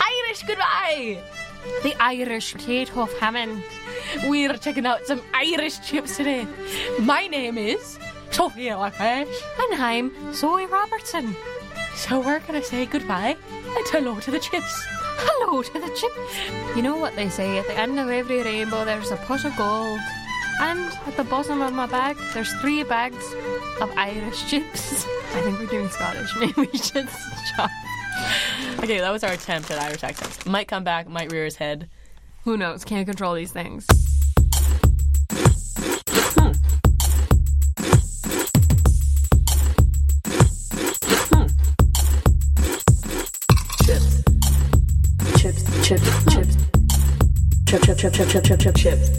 Irish goodbye! The Irish Kate of Hammond. We're checking out some Irish chips today. My name is Sophia Walker, and I'm Zoe Robertson. So we're gonna say goodbye and hello to the chips. Hello to the chip. You know what they say at the end of every rainbow, there's a pot of gold. And at the bottom of my bag, there's three bags of Irish chips. I think we're doing Scottish. Maybe we should stop. Okay, that was our attempt at Irish accents. Might come back, might rear his head. Who knows? Can't control these things. chips, chips, chips, chip, chip, chip, chip, chip, chip, chip, chips.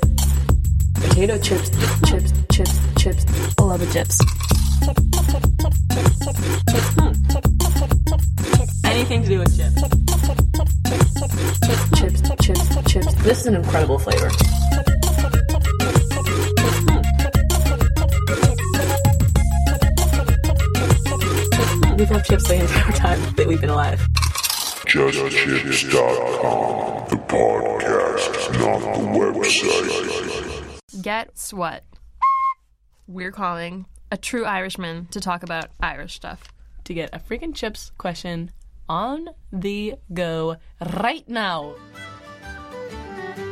Potato chips, chips, chips, chips. I love the chips. Hmm. Anything to do with chips. Chips, chips, chips. This is an incredible flavor. We've had chips the entire time that we've been alive. JustChips.com. The podcast, not the website. Guess what? We're calling a true Irishman to talk about Irish stuff. To get a freaking chips question on the go right now.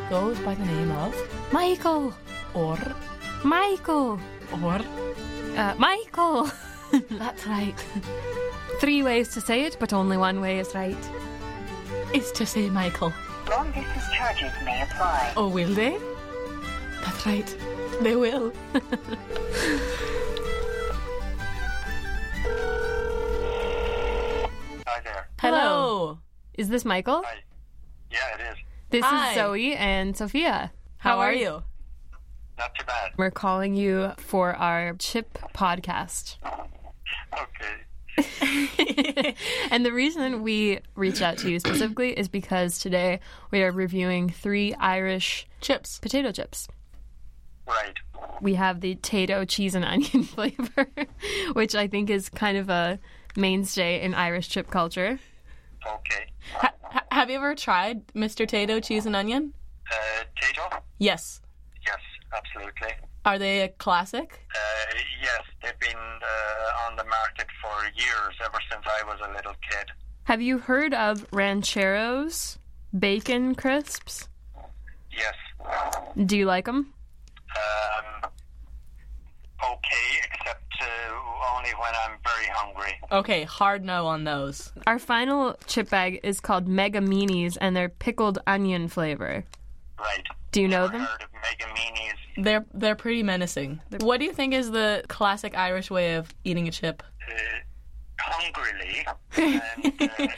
Goes by the name of Michael! or Michael! or Uh, Michael! that's right. Three ways to say it, but only one way is right. It's to say Michael. Long distance charges may apply. Oh, will they? That's right. They will. Hi there. Hello. Is this Michael? Hi. Yeah, it is. This Hi. is Zoe and Sophia. How are you? Not too bad. We're calling you for our chip podcast. Okay. And the reason we reached out to you specifically is because today we are reviewing three Irish Chips. potato chips. Right. We have the tato cheese and onion flavor, which I think is kind of a mainstay in Irish chip culture. Okay. Ha- ha- have you ever tried Mr. Tato cheese and onion? Uh, Tato? Yes. Yes, absolutely. Are they a classic? Uh, yes, they've been uh, on the market for years, ever since I was a little kid. Have you heard of rancheros, bacon crisps? Yes. Do you like them? Um, okay, except uh, only when I'm very hungry. Okay, hard no on those. Our final chip bag is called Mega Minis, and they're pickled onion flavor. Right. Do you know Never them? Heard of mega minis? They're they're pretty menacing. What do you think is the classic Irish way of eating a chip? Uh, hungrily, and uh,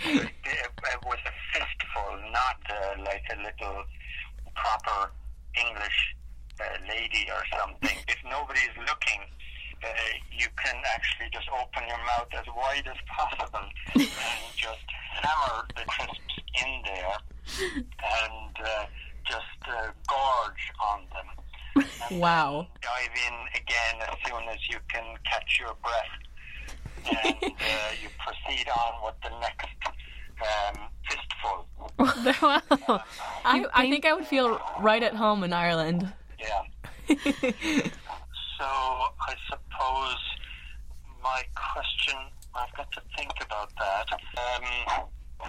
it was a fistful, not uh, like a little proper English uh, lady or something. If nobody's looking, uh, you can actually just open your mouth as wide as possible and just hammer the crisps in there and uh, just uh, gorge on them. And Wow. dive in again as soon as you can catch your breath, and uh, you proceed on with the next um, Wow. I, I think I would feel right at home in Ireland. Yeah. so I suppose my question, I've got to think about that. Um,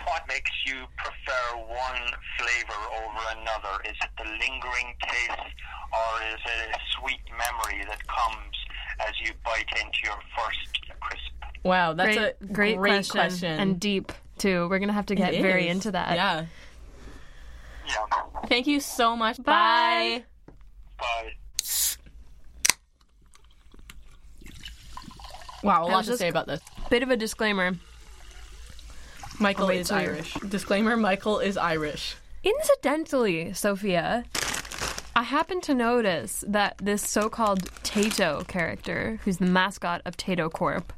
what makes you prefer one flavor over another? Is it the lingering taste, or is it a sweet memory that comes as you bite into your first crisp? Wow, that's great, a great, question. and deep too. We're gonna have to get It very is. into that. Yeah. Yeah. Thank you so much. Bye. Bye. But Wow, a lot was to just- say about this. Bit of a disclaimer. Michael wait, is so you're- Irish. Disclaimer Michael is Irish. Incidentally, Sophia, I happen to notice that this so-called Tato character, who's the mascot of Tato Corp,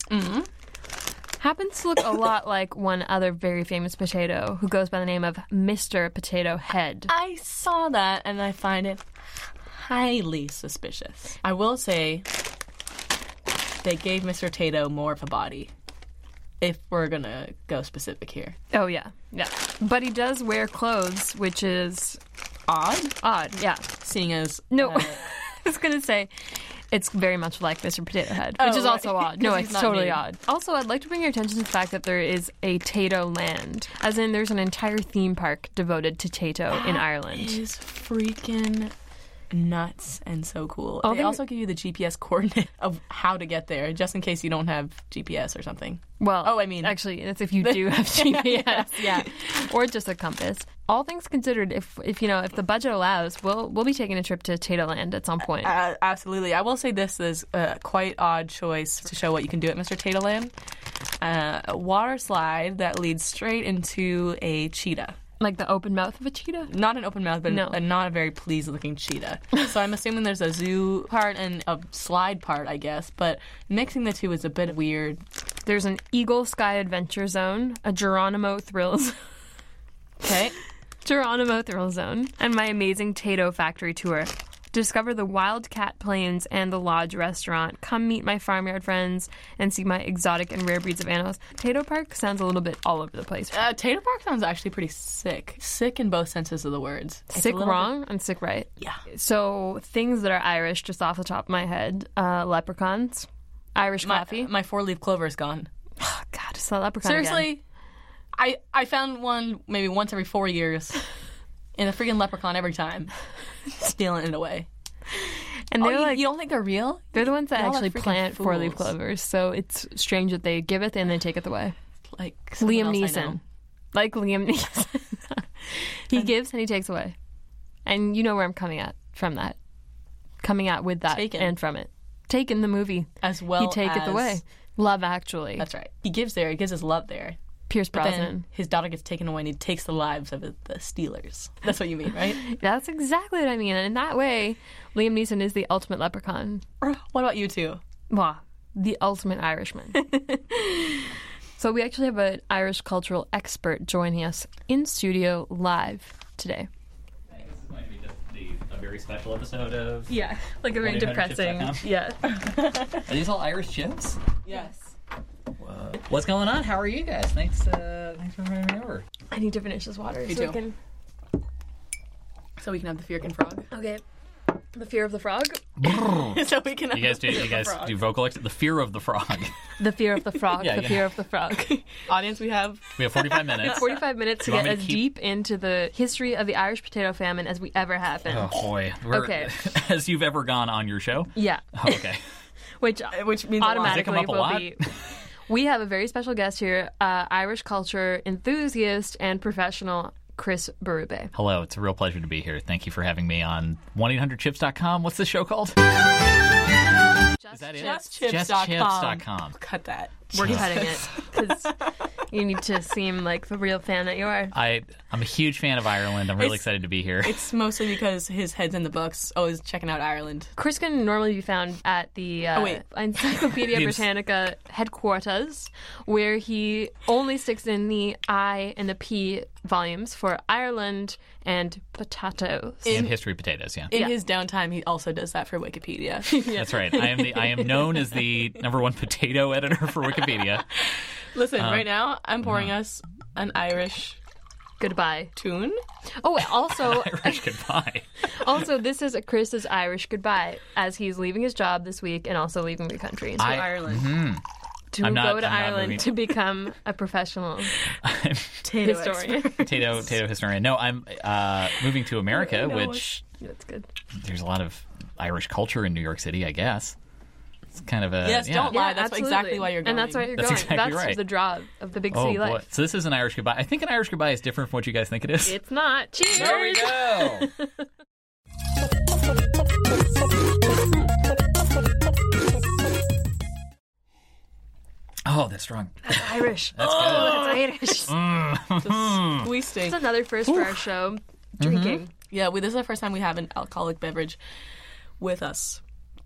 happens to look a lot like one other very famous potato who goes by the name of Mr. Potato Head. I saw that and I find it highly suspicious. I will say they gave Mr. Tato more of a body. If we're gonna go specific here. Oh yeah, yeah. But he does wear clothes, which is odd. Odd, yeah. Seeing as No, uh, I was gonna say it's very much like Mr. Potato Head, which Oh, is also right. odd. No, 'Cause he's it's not totally named. odd. Also, I'd like to bring your attention to the fact that there is a Tato Land, as in there's an entire theme park devoted to Tato in Ireland. is freaking nuts and so cool. Oh, they they're- also give you the GPS coordinate of how to get there, just in case you don't have GPS or something. Well, Oh, I mean- actually, that's if you do have GPS, yeah. or just a compass. All things considered, if if you know if the budget allows, we'll we'll be taking a trip to Tato Land at some point. Uh, absolutely. I will say this is a quite odd choice to show what you can do at Mr. Tateland. Uh, a water slide that leads straight into a cheetah. like the open mouth of a cheetah. Not an open mouth, but No. a, not a very pleased looking cheetah. so I'm assuming there's a zoo part and a slide part, I guess. But mixing the two is a bit weird. There's an Eagle Sky Adventure Zone, a Geronimo Thrill Zone. Okay. Geronimo Thrill Zone, and my amazing Tato Factory tour. Discover the Wildcat Plains and the Lodge Restaurant. Come meet my farmyard friends and see my exotic and rare breeds of animals. Tato Park sounds a little bit all over the place. Uh, Tater Park sounds actually pretty sick. Sick in both senses of the words. It's a sick little wrong and sick right. bit- yeah. So things that are Irish, just off the top of my head, uh, leprechauns, Irish My, coffee. my four leaf clover is gone. Oh, God, it's a leprechaun again. Seriously, I I found one maybe once every four years, and a freaking leprechaun every time, stealing it away. And Oh, they're you, like you don't think they're real? they're the ones that y'all are actually freaking plant four leaf fools. clovers. So it's strange that they give it and they take it away. Like someone Liam else I know. Neeson. Like Liam Neeson. he gives and he takes away. And you know where I'm coming at from that. Coming at with that Taken. and from it. Taken the movie. as well. he take as- it away. Love actually. That's right. He gives there. He gives his love there. Pierce But Brosnan. then his daughter gets taken away, and he takes the lives of the the Steelers. That's what you mean, right? That's exactly what I mean. And in that way, Liam Neeson is the ultimate leprechaun. what about you two? Mwah. The ultimate Irishman. so we actually have an Irish cultural expert joining us in studio live today. might be just the, a very special episode of. Yeah. Like a very Wanna hear how to depressing. shift that Yeah. Are these all Irish chips? Yes. Whoa. What's going on? How are you guys? Thanks. Uh, thanks for having me over. I need to finish this water. You so we do. can So we can have the fear can frog. Okay. The fear of the frog? so we can. You guys do. You guys do vocal. Ex- the fear of the frog. The fear of the frog. Yeah, the yeah. fear of the frog. Audience, we have We have 45 minutes. 45 minutes to You want get as me to deep into the history of the Irish potato famine as we ever have been. Oh boy. We're, Okay. As you've ever gone on your show. Yeah. Oh, okay. Which Uh, which means a lot. automatically Does it come will up a be. We have a very special guest here, uh, Irish culture enthusiast and professional Chris Berube. Hello. It's a real pleasure to be here. Thank you for having me on 1-800-CHIPS.com. What's the show called? Is that it? JustChips.com. Cut that. We're Oh. cutting it because you need to seem like the real fan that you are. I I'm a huge fan of Ireland. I'm really It's- excited to be here. It's mostly because his head's in the books, always checking out Ireland. Chris can normally be found at the uh, Oh, wait. Encyclopedia The ens- Britannica headquarters, where he only sticks in the I and the P volumes for Ireland and potatoes. and history potatoes. Yeah. In his downtime, he also does that for Wikipedia. That's right. I am the I am known as the number one potato editor for Wikipedia. uh-huh. Listen, right now I'm pouring us an Irish goodbye. Tune? Oh, and also, Irish goodbye. also, this is Chris's Irish goodbye as he's leaving his job this week and also leaving the country I- Ireland. Mhm. to I'm not- go to I'm not moving. Ireland to become a professional Potato historian. Tato, Tato historian. No, I'm uh, moving to America, which That's good. there's a lot of Irish culture in New York City, I guess. It's kind of a Yes, yeah. don't lie. That's absolutely. exactly why you're going. And that's why you're That's going. exactly that's right. the draw of the big Oh city boy! life. So this is an Irish goodbye. I think an Irish goodbye is different from what you guys think it is. It's not. Cheers. there we go. oh, that's strong. That's Irish. That's Oh, that's Irish. Mm. We stay. It's another first for our show. Drinking. Mm-hmm. Yeah, we, this is the first time we have an alcoholic beverage with us.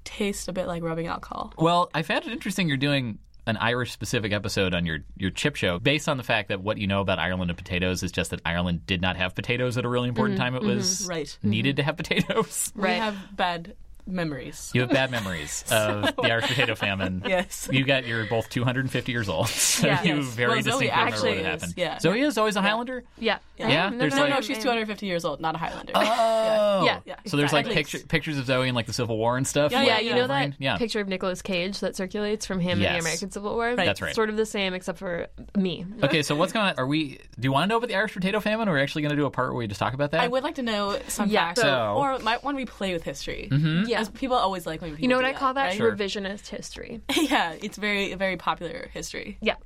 Tastes a bit like rubbing alcohol. Well, I found it interesting you're doing an Irish specific episode on your, your chip show based on the fact that what you know about Ireland and potatoes is just that Ireland did not have potatoes at a really important time it was Mm-hmm, Right. Mm-hmm. needed to have potatoes. Right. We have bad memories. You have bad memories of the Irish potato famine. Yes. You got you're both 250 years old. So Yeah. you Yes. very Well, Zoe distinctly remember actually what had is, happened. yeah. Mm-hmm. Zoe is always a Highlander. Yeah. Yeah, No, there's no, No, like- no, she's 250 years old, not a Highlander. Oh. Yeah. Yeah. So there's like Exactly. picture, pictures of Zoe in like the Civil War and stuff. Yeah, like, Yeah, you know that Wolverine? Yeah. picture of Nicolas Cage that circulates from him in Yes. the American Civil War? That's right. Sort of the same except for me. Okay, so what's going on? Are we? Do you want to know about the Irish potato famine? Or are we actually going to do a part where we just talk about that? I would like to know some Yeah, facts, so- Mm-hmm. or might want to play with history. Yeah. As people always like when people You know what do I call right? that? Revisionist history. yeah, it's very very popular history. Yeah.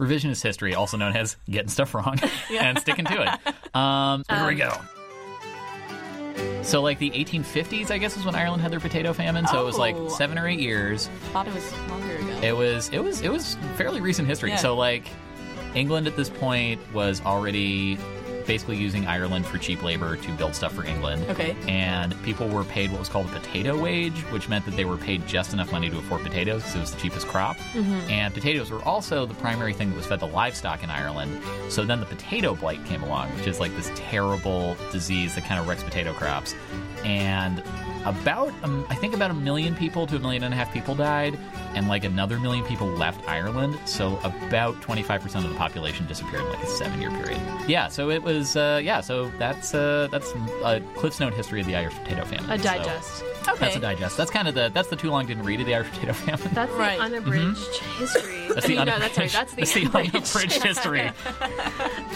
Revisionist history, also known as getting stuff wrong and sticking to it. Um, here we go. So, like the 1850s, I guess, is when Ireland had their potato famine. So it was like Oh. seven or eight years. Thought it was longer ago. It was it was it was fairly recent history. Yeah. So like England at this point was already basically using Ireland for cheap labor to build stuff for England. Okay. And people were paid what was called a potato wage, which meant that they were paid just enough money to afford potatoes because it was the cheapest crop. Mm-hmm. And potatoes were also the primary thing that was fed to livestock in Ireland. So then the potato blight came along, which is like this terrible disease that kind of wrecks potato crops. And about, um, I think about a million people to a million and a half people died, and like another million people left Ireland. So about 25% of the population disappeared in like a seven year period. Yeah, so it was, uh, yeah, so that's uh, that's a Cliff's Note history of the Irish potato famine. A So digest. okay. That's a digest. That's kind of the, that's the too long didn't read of the Irish potato famine. That's Right. the unabridged history. Mm-hmm. That's I mean, the no, that's sorry. unabridged- That's the, unabridged history.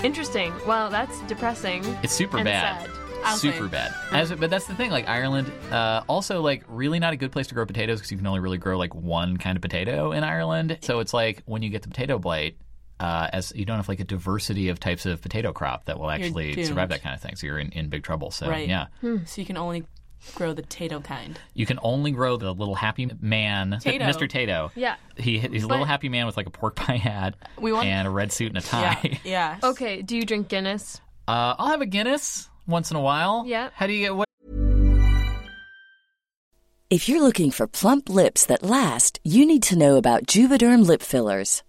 Interesting. Well, that's depressing. It's super and bad. sad. I'll Super say. bad. As, but that's the thing. Like Ireland, uh, also like really not a good place to grow potatoes because you can only really grow like one kind of potato in Ireland. So it's like when you get the potato blight, uh, as you don't have like a diversity of types of potato crop that will actually doomed. survive that kind of thing. So you're in, in big trouble. So Right. Hmm. yeah, So you can only grow the Tato kind. you can only grow the little happy man, Tato. Mr. Tato. Yeah. He, he's a little happy man with like a pork pie hat We want- and a red suit and a tie. Yeah. yeah. Okay, do you drink Guinness? Uh, I'll have a Guinness once in a while. Yep. How do you get what? If you're looking for plump lips that last, you need to know about Juvederm lip fillers.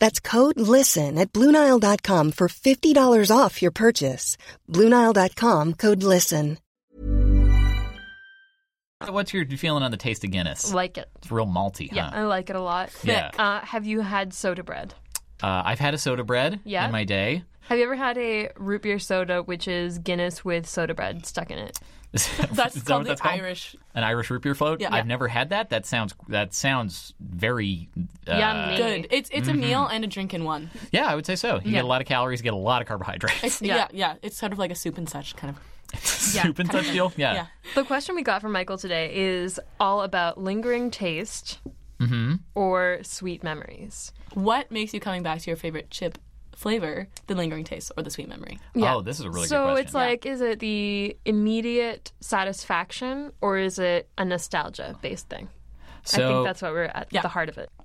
That's code LISTEN at Bluenile.com for $50 off your purchase. Bluenile.com code LISTEN. So what's your feeling on the taste of Guinness? Like it. It's real malty, Yeah, huh? I like it a lot. Yeah. Uh, have you had soda bread? Uh, I've had a soda bread Yeah. in my day. Have you ever had a root beer soda, which is Guinness with soda bread stuck in it? That's Is that called what the that's called? Irish- An Irish root beer float. Yeah. I've never had that. That sounds that sounds very uh, Good. It's it's mhm. a meal and a drink in one. Yeah, I would say so. You Yeah. get a lot of calories, you get a lot of carbohydrates. It's, yeah. yeah, It's sort of like a soup and such kind of. Soup and such deal. Yeah. The question we got from Michael today is all about lingering taste Mm-hmm. or sweet memories. What makes you coming back to your favorite chip flavor? The lingering taste or the sweet memory? Oh, this is a really so good question. it's like, is it the immediate satisfaction or is it a nostalgia based thing? I So- think that's what we're at the heart of it.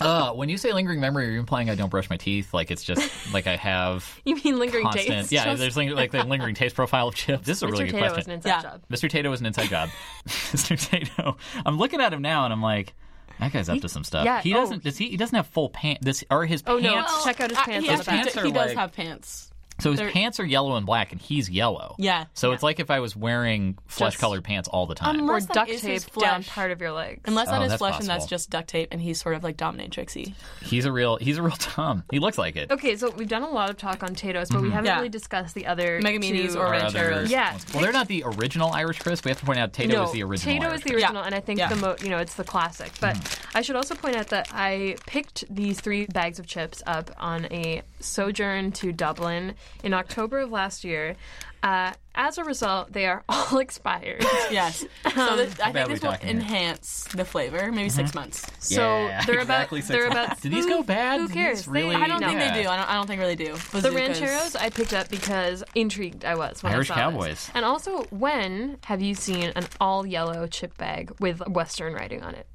Uh, when you say lingering memory, are you implying I don't brush my teeth? Like it's just like I have You mean lingering constant. taste? Yeah, there's ling- like the lingering taste profile of chips. This is a Mr. really Tato good was an question. inside job. Mr. Tato was an inside job. Mr. Tato, I'm looking at him now and I'm like, that guy's up to some stuff. yeah, he oh. doesn't. Does he? He doesn't have full pants. This are his Oh no! pants. check out his pants. on the back. he, Pants are does like- have pants. So his They're- pants are yellow and black, and he's yellow. Yeah. um, So it's like if I was wearing flesh-colored pants all the time. Unless or that duct is his tape down flesh. part of your legs. Unless Oh, that is that's flesh and possible. that's just duct tape, and he's sort of like dominatrixy. He's a real. He's a real Tom. He looks like it. Okay, so we've done a lot of talk on Tato's, but we Mhm. haven't Yeah. really discussed the other Megaminis two- Or other- Yeah. Well, they're not the original Irish crisp. We have to point out Tato no, is the original. Tato Irish is the crisp. original, and I think Yeah. Mm. the mo- you know it's the classic. But I should also point out that I picked these three bags of chips up on a sojourn to Dublin in October of last year. Uh, as a result, they are all expired. Yes. So this, I think this will enhance. enhance the flavor. Maybe Mm-hmm. six months. So they're about they're about. who- Who cares? They- I don't think they do. I don't, I don't think really do. the Bazookas. rancheros I picked up because intrigued I was when Irish I saw this. Cowboys. And also, when have you seen an all yellow chip bag with Western writing on it?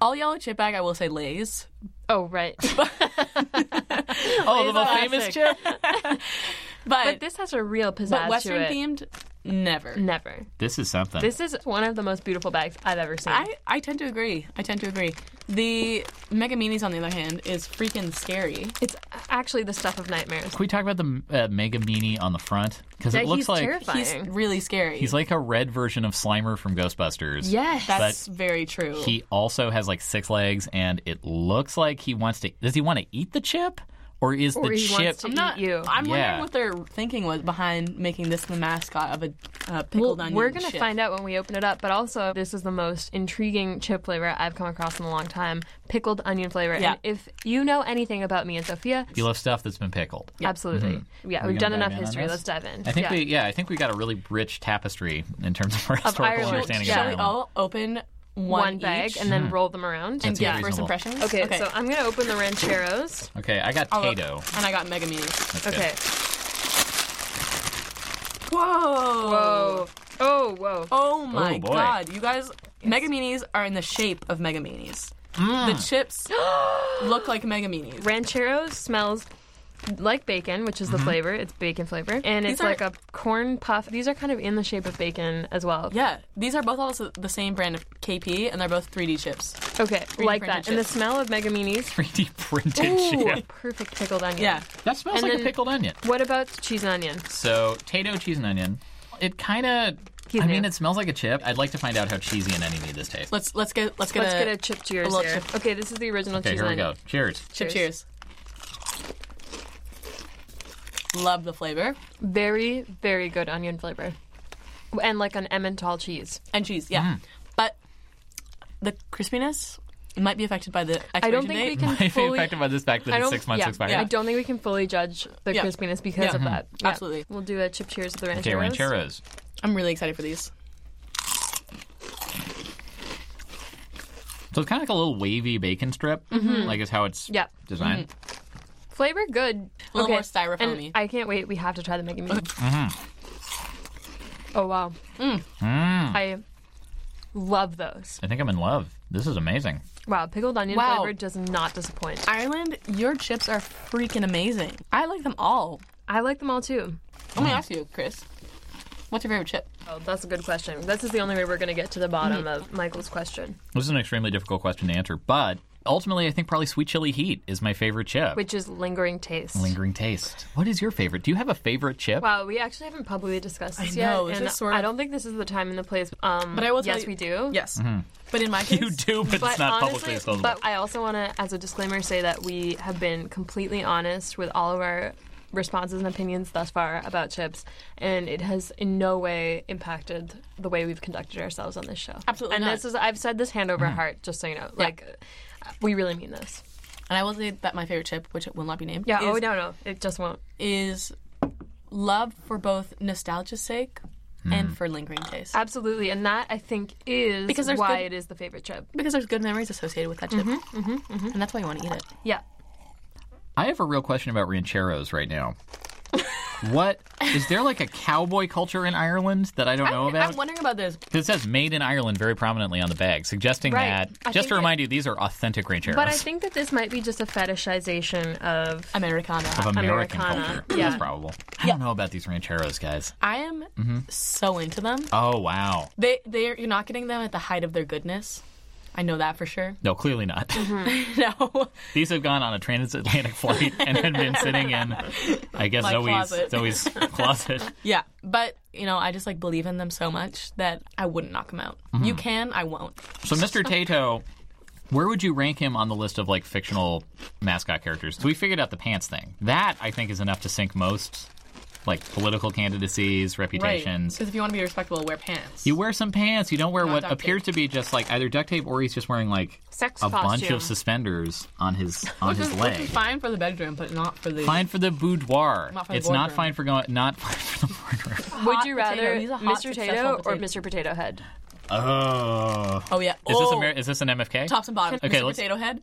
All yellow chip bag. I will say Lay's. Oh right. oh, Oh, the most famous chip. But, this has a real pizzazz But to Western it. themed, never, never. This is something. This is one of the most beautiful bags I've ever seen. I, I tend to agree. I tend to agree. The Mega Minis, on the other hand, is freaking scary. It's actually the stuff of nightmares. Can we talk about the uh, Mega Meanie on the front? Because it looks like he's really scary. he's like a red version of Slimer from Ghostbusters. that's very true. But he also has like six legs, and it looks like he wants to. Does he want to eat the chip, or is the chip? I'm not, you. I'm wondering Yeah. what their thinking was behind making this the mascot of a uh, pickled onion. We're gonna chip. find out when we open it up, but also this is the most intriguing chip flavor I've come across in a long time. Pickled onion flavor. Yeah. And if you know anything about me and Sophia, You love stuff that's been pickled. Absolutely. Mhm. Yeah, Are we we've gonna done dive enough in on history. this? Let's dive in. I think yeah. we, yeah, I think we got a really rich tapestry in terms of our historical Irish- understanding shall of we Ireland. I'll open one, one, bag each. and Hmm. then roll them around That And seems get first reasonable. impressions? Okay, Okay. so I'm gonna open the rancheros. Okay, I got I'll- Tato. and I got Mega Minis. That's Okay. Whoa! Whoa! Oh, whoa! Oh my Oh, boy. God! You guys, Mega Minis are in the shape of Mega Minis. Mm. The chips look like Mega Minis. Rancheros smells like bacon, which is the Mhm. flavor. It's bacon flavor, Mm-hmm. and These it's are- like a corn puff. These are kind of in the shape of bacon as well. Yeah, these are both also the same brand of KP, and they're both 3D chips. Okay, 3D like printed that. And the chips. smell of megaminis. 3D printed Ooh, chip. perfect pickled onion. Yeah. That smells And like a then pickled onion. What about cheese and onion? So Tato, cheese, and onion. It kind of. I mean, it smells like a chip. I'd like to find out how cheesy and oniony this tastes. Let's let's get let's get Let's a, get a chip to yours little here. chip- Okay, this is the original okay, cheese here and we onion. go. Cheers. Chip cheers. Love the flavor. Very, very good onion flavor. And like an Emmental cheese. And cheese, yeah. Mm. But the crispiness might be affected by the. Expiration I don't think date. we can Might be fully. affected by this fact that I it's don't- six months yeah, expired. I don't think we can fully judge the Yeah. crispiness because Yeah. of Mhm. that. Yeah. Mm-hmm. Absolutely. We'll do a chip cheers with the rancheros. Okay, rancheros. I'm really excited for these. So it's kind of like a little wavy bacon strip, Mhm. like is how it's Yeah. Mm-hmm. designed. Flavor good. A little okay. more styrofoam-y. And I can't wait. We have to try the Mega Meat. Mm-hmm. oh, wow. Mm. Mm. I, I love those. think I'm in love. This is amazing. Wow, pickled onion Wow. flavor does not disappoint. Ireland, your chips are freaking amazing. I like them all. I like them all too. I'm Mm. gonna ask you, Chris. What's your favorite chip? Oh, that's a good Mm. question. This is the only way we're going to get to the bottom of Michael's question. This is an extremely difficult question to answer, but ultimately, I think probably sweet chili heat is my favorite chip. which is lingering taste. Lingering taste. What is your favorite? Do you have a favorite chip? Wow, we actually haven't publicly discussed I this know, yet, is and this sort I of- don't think this is the time and the place. Um, But I will tell yes, you- we do. Yes, Mhm. but in my case, You do, but, it's not publicly disclosable. But I also want to, as a disclaimer, say that we have been completely honest with all of our responses and opinions thus far about chips, and it has in no way impacted the way we've conducted ourselves on this show. Absolutely And not. this is, I've said this hand over Mm-hmm. Mhm. heart, just so you know. Like, uh, we really mean this. And I will say that my favorite chip, which it will not be named, Yeah, Is, oh, no, no. It just won't. Is love for both nostalgia's sake Mm. and for lingering taste. Absolutely, and that I think is Because there's why good- it is the favorite chip. Because there's good memories associated with that chip, and that's why you want to eat it. Yeah. I have a real question about rancheros right now. what is there like a cowboy culture in Ireland that I don't know about? I'm wondering about this. It says made in Ireland very prominently on the bag, suggesting Right. that I just think to it- remind you, these are authentic rancheros. But I think that this might be just a fetishization of Americana. of American culture. Yeah. That's probable. I don't know about these rancheros, guys. I am hmm so into them. Oh wow. They they you're not getting them at the height of their goodness. I know that for sure. No, clearly not. Mm-hmm. no. These have gone on a transatlantic flight and have been sitting in, I guess, My Zoe's, closet. Zoe's closet. Yeah, but you know, I just like believe in them so much that I wouldn't knock them out. Mm-hmm. You can, I won't. So, Mr. Tato, where would you rank him on the list of like fictional mascot characters? So we figured out the pants thing. That I think is enough to sink most like political candidacies, reputations. Because if you want to be respectable, wear pants. You wear some pants. You don't wear Not what duct appears to be just like either duct tape or he's just wearing like Sex a bunch costume. of suspenders on his on which his is, leg. Which is fine for the bedroom, but not for the. Fine for the boudoir. Not for the it's not boardroom. fine for going. Not Would you potato. rather He's a hot, Mr. successful Tato or potato. Mr. Potato Head? Oh. Oh, yeah. Is this Oh. Amer- is this an MFK? Tops and bottoms. Okay, Mr. let's. Potato Head.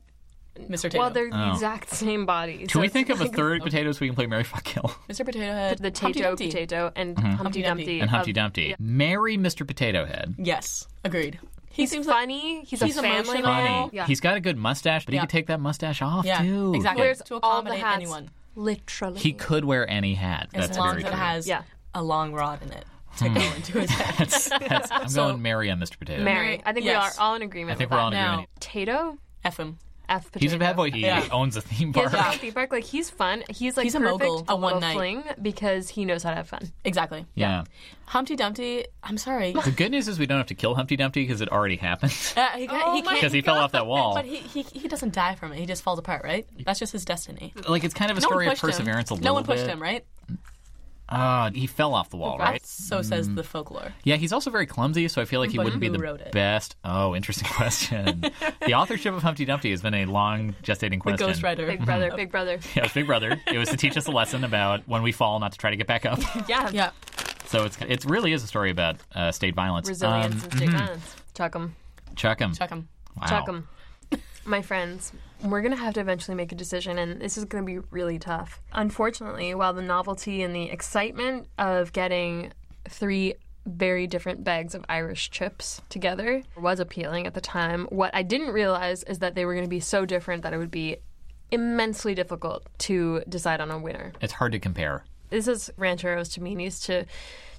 Mr. Potato. Well, they're the Oh. exact same body. Can we think of a third potato so we can play Mary Fuck Kill? Mr. Potato Head. The Humpty Tato Dumpty. Potato and Mhm. Humpty Dumpty. and uh, Humpty of- Dumpty. Marry Mr. Potato Head. Yes, agreed. He he's seems like- funny. he's, he's a family emotional. man. Funny. He's got a good mustache, but he could take that mustache off Yeah, too. exactly. Wears To all the accommodate hats, anyone. Literally. He could wear any hat. as That's long very as it true. has a long rod in it to Hmm. go into his head. That's- I'm going marry on Mr. Potato. Mary. I think Yes. we are all in agreement I think with we're all in that. agreement. Tato? F him. F Potato. He's a bad boy. He Yeah. owns a theme He has park. a happy bark. Like, he's fun. He's like He's a perfect mogul, a little one-night. fling because he knows how to have fun. Exactly. Yeah. Humpty Dumpty. I'm sorry. The good news is we don't have to kill Humpty Dumpty because it already happened. Uh, he, ca- Oh he my can't 'Cause he fell off that wall. But he, he he doesn't die from it. He just falls apart, right? That's just his destiny. Like, it's kind of a No one story of pushed him. perseverance a No little one pushed bit. him, right? Uh, he fell off the wall, right? So says Mm. the folklore. Yeah, he's also very clumsy, so I feel like he But wouldn't be who the wrote it? best. Oh, interesting question. the authorship of Humpty Dumpty has been a long gestating The question. ghostwriter. Mhm. Big brother. Yeah, it was Big Brother. It was to teach us a lesson about when we fall, not to try to get back up. Yeah. Yeah. So it's it really is a story about uh, state violence. Resilience and mhm. stick on. Chuck him. Chuck him. Chuck him. Wow. Chuck 'em. My friends, we're going to have to eventually make a decision, and this is going to be really tough. Unfortunately, while the novelty and the excitement of getting three very different bags of Irish chips together was appealing at the time, what I didn't realize is that they were going to be so different that it would be immensely difficult to decide on a winner. It's hard to compare. This is rancheros to meanies to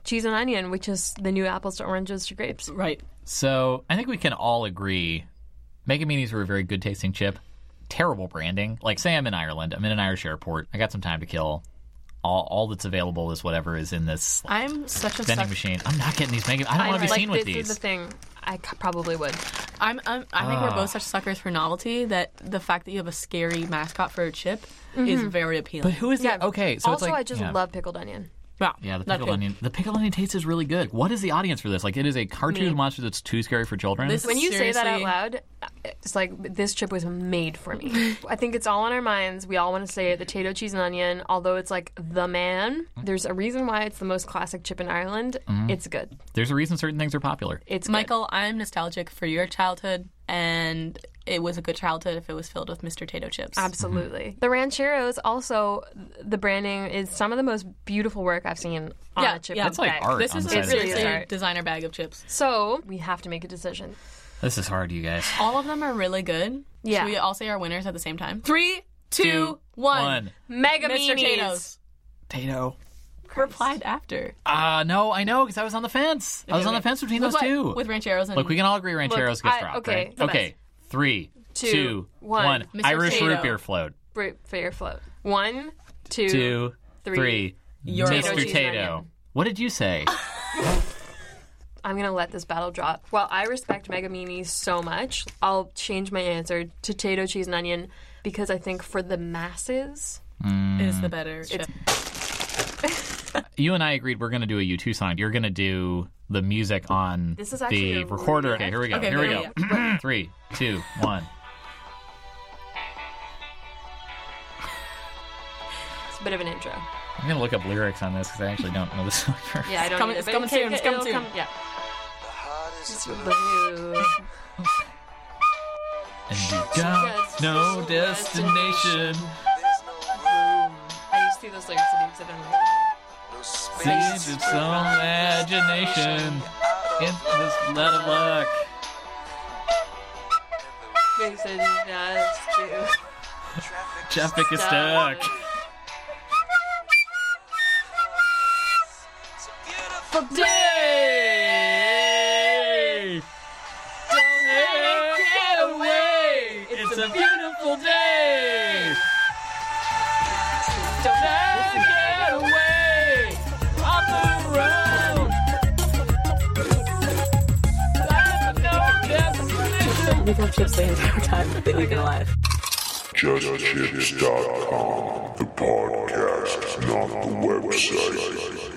cheese and onion, which is the new apples to oranges to grapes. Right. So I think we can all agree Megaminis were a very good tasting chip. Terrible branding. Like, say I'm in Ireland, I'm in an Irish airport, I got some time to kill. All, all that's available is whatever is in this I'm such a vending suck- machine. I'm not getting these Megamini. I don't want to be like, seen with this these. is the thing. I c- probably would. I'm, I'm, I think Ah. we're both such suckers for novelty that the fact that you have a scary mascot for a chip is Mhm. very appealing. But who is that? Okay, so it's also, like- I just yeah. love pickled onion. Yeah, Yeah, the Not pickled good. onion. The pickled onion taste is really good. What is the audience for this? Like, it is a cartoon Me. monster that's too scary for children. when you say that out loud, it's like this chip was made for me. I think it's all on our minds. We all want to say it, the tato cheese and onion. Although it's like the man, Mm-hmm. there's a reason why it's the most classic chip in Ireland. Mhm. It's good. There's a reason certain things are popular. It's Michael. I'm nostalgic for your childhood, and it was a good childhood if it was filled with Mr. Tato chips. Absolutely. The rancheros also the branding is some of the most beautiful work I've seen on yeah, a chip. yeah. bag. This is a It really is seriously art. designer bag of chips. So we have to make a decision. This is hard, you guys. All of them are really good. Yeah. Should we all say our winners at the same time? Three, two, one. one. Mega Mr. Meanies. Tato's. Tato. Replied after. Ah, no, I know because I was on the fence. I was Okay, on the wait. fence between With those what? two. With rancheros and Look, we can all agree rancheros Look, gets I- dropped, okay, right? the Okay, three, two, two, one. one. Mr. Irish Potato. root beer float. Bre- Fair float. One, two, three. Two, three. Your Mr. cheese Tato. onion. What did you say? I'm gonna let this battle drop. While I respect Megamini so much, I'll change my answer to tato cheese and onion because I think for the masses Is Mm. the better It's- you and I agreed we're going to do a U2 song. You're going to do the music on This is actually the a recorder. react. Okay, here we go. Okay, here we there go. Three, two, one. it's a bit of an intro. I'm going to look up lyrics on this because I actually don't know the song. first. Yeah, I don't. It's coming- either, it's coming soon, but it can- it's coming it'll soon. come- yeah. It's blue. And you don't know destination. I used to do those lyrics to do because I don't know. Seeds of some imagination. It's this let of luck. Makes it just to- Traffic is stuck. For day. Don't let it get away. It's, a, beautiful day. Don't let it get away. On the road. Life no destination. We've had chips the entire time that we've been alive. JustChips.com, the podcast, not the website.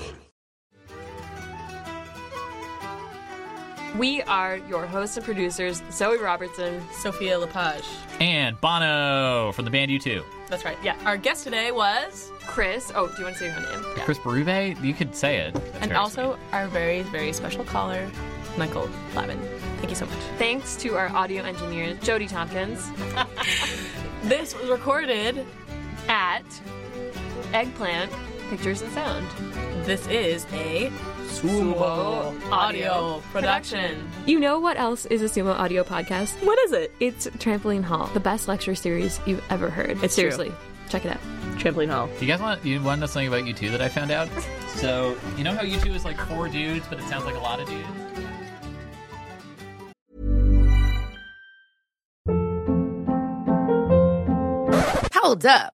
We are your hosts and producers, Zoe Robertson, Sophia Lepage. And Bono from the band U2. That's right. Yeah. Our guest today was Chris. Oh, do you want to say your name? Chris Berube, you could say it. That's And very also our very, very special caller, Michael Flavin. Thank you so much. Thanks to our audio engineer, Jody Tompkins. this was recorded at Eggplant Pictures and Sound. This is a Sumo audio production. You know what else is a sumo audio podcast? What is it? It's Trampoline Hall, the best lecture series you've ever heard. It's true. Seriously, check it out. Trampoline Hall. Do you guys want you want to know something about U2 that I found out? so you know how U2 is like four dudes, but it sounds like a lot of dudes. Hold up.